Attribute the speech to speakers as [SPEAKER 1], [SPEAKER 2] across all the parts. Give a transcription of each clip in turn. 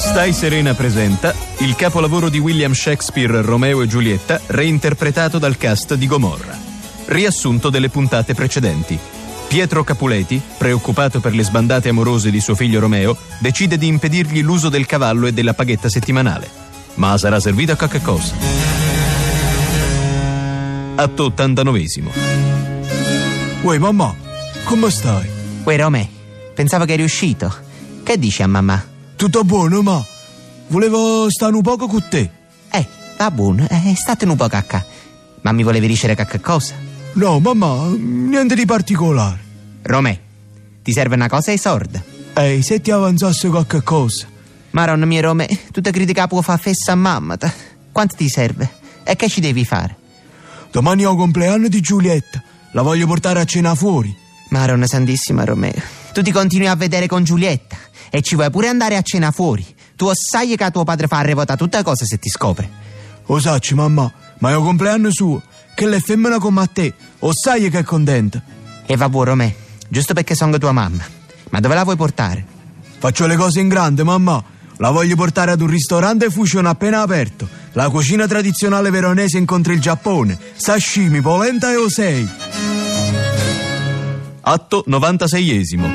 [SPEAKER 1] Stai Serena presenta il capolavoro di William Shakespeare Romeo e Giulietta reinterpretato dal cast di Gomorra. Riassunto delle puntate precedenti. Pietro Capuleti, preoccupato per le sbandate amorose di suo figlio Romeo, decide di impedirgli l'uso del cavallo e della paghetta settimanale. Ma sarà servito a qualche cosa. Atto 89esimo.
[SPEAKER 2] Uè mamma, come stai?
[SPEAKER 3] Uè Rome, pensavo che eri uscito. Che dici a mamma?
[SPEAKER 2] Tutto buono, ma volevo stare un poco con te.
[SPEAKER 3] Eh, va buono, eh, state un po' cacca. Ma mi volevi dicere qualche cosa?
[SPEAKER 2] No, mamma, niente di particolare.
[SPEAKER 3] Rome, ti serve una cosa ai sordi.
[SPEAKER 2] Ehi, se ti avanzasse qualche cosa.
[SPEAKER 3] Maron mio Rome, tutta critica può fa fessa a mamma. ta. Quanto ti serve? E che ci devi fare?
[SPEAKER 2] Domani ho il compleanno di Giulietta. La voglio portare a cena fuori.
[SPEAKER 3] Maron santissima Romeo, tu ti continui a vedere con Giulietta e ci vuoi pure andare a cena fuori. Tu sai che a tuo padre fa arrevota tutte cose se ti scopre.
[SPEAKER 2] Lo sacci, mamma, ma è un compleanno suo. Che l'è femmina come a te. O sai che è contenta.
[SPEAKER 3] E va buono Romeo, giusto perché sono tua mamma. Ma dove la vuoi portare?
[SPEAKER 2] Faccio le cose in grande, mamma. La voglio portare ad un ristorante fusion appena aperto. La cucina tradizionale veronese incontra il Giappone. Sashimi, polenta e osei.
[SPEAKER 1] Atto 96esimo.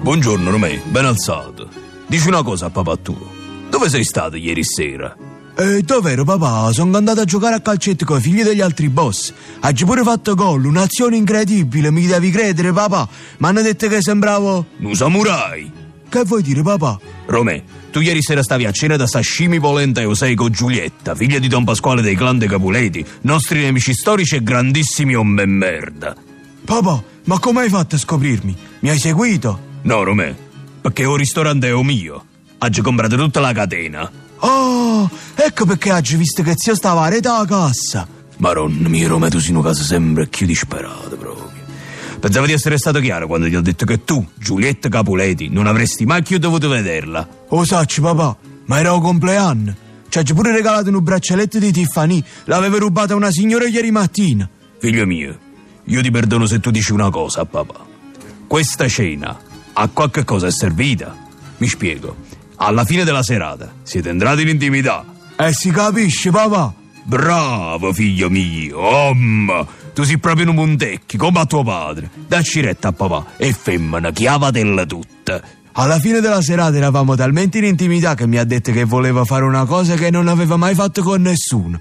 [SPEAKER 4] Buongiorno Romè, ben alzato. Dici una cosa a papà tuo. Dove sei stato ieri sera?
[SPEAKER 2] E davvero papà, sono andato a giocare a calcetto con i figli degli altri boss. Haggi pure fatto gol, un'azione incredibile, mi devi credere papà. Mi hanno detto che sembravo...
[SPEAKER 4] Un samurai!
[SPEAKER 2] Che vuoi dire papà?
[SPEAKER 4] Romè, tu ieri sera stavi a cena da sashimi polenta e osei con Giulietta, figlia di Don Pasquale dei clan dei Capuleti, nostri nemici storici e grandissimi omme merda.
[SPEAKER 2] Papà, ma come hai fatto a scoprirmi? Mi hai seguito?
[SPEAKER 4] No, Romè, perché il ristorante è mio. Oggi comprate tutta la catena.
[SPEAKER 2] Oh, ecco perché oggi visto che zio stava a rete alla cassa.
[SPEAKER 4] Maronna mia, Romè, tu sei una casa sempre più disperata proprio. Pensavo di essere stato chiaro quando ti ho detto che tu, Giulietta Capuleti, non avresti mai più dovuto vederla.
[SPEAKER 2] Oh sacci papà, ma era un compleanno. Ci ha pure regalato un braccialetto di Tiffany, l'aveva rubata una signora ieri mattina.
[SPEAKER 4] Figlio mio, io ti perdono se tu dici una cosa a papà. Questa cena a qualche cosa è servita. Mi spiego. Alla fine della serata siete entrati in intimità.
[SPEAKER 2] E Eh, si capisce papà.
[SPEAKER 4] Bravo, figlio mio. Omma, tu sei proprio un montecchi, come a tuo padre. Dacci retta a papà e femmina, chiavatella tutta.
[SPEAKER 2] Alla fine della serata eravamo talmente in intimità che mi ha detto che voleva fare una cosa che non aveva mai fatto con nessuno.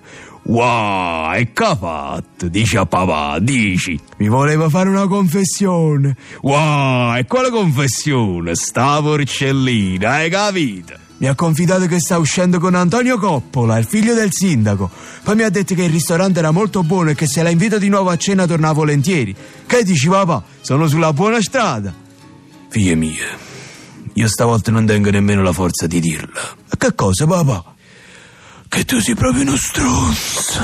[SPEAKER 4] Wow, e che ha fatto? Dici a papà, dici.
[SPEAKER 2] Mi voleva fare una confessione.
[SPEAKER 4] Wow, e quella confessione, sta porcellina, hai capito?
[SPEAKER 2] Mi ha confidato che sta uscendo con Antonio Coppola, il figlio del sindaco. Poi mi ha detto che il ristorante era molto buono e che se la invito di nuovo a cena torna volentieri. Che dici papà? Sono sulla buona strada.
[SPEAKER 4] Figlia mia, io stavolta non tengo nemmeno la forza di dirla.
[SPEAKER 2] E Che cosa papà?
[SPEAKER 4] Che tu sei proprio uno stronzo.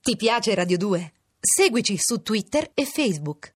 [SPEAKER 5] Ti piace Radio 2? Seguici su Twitter e Facebook.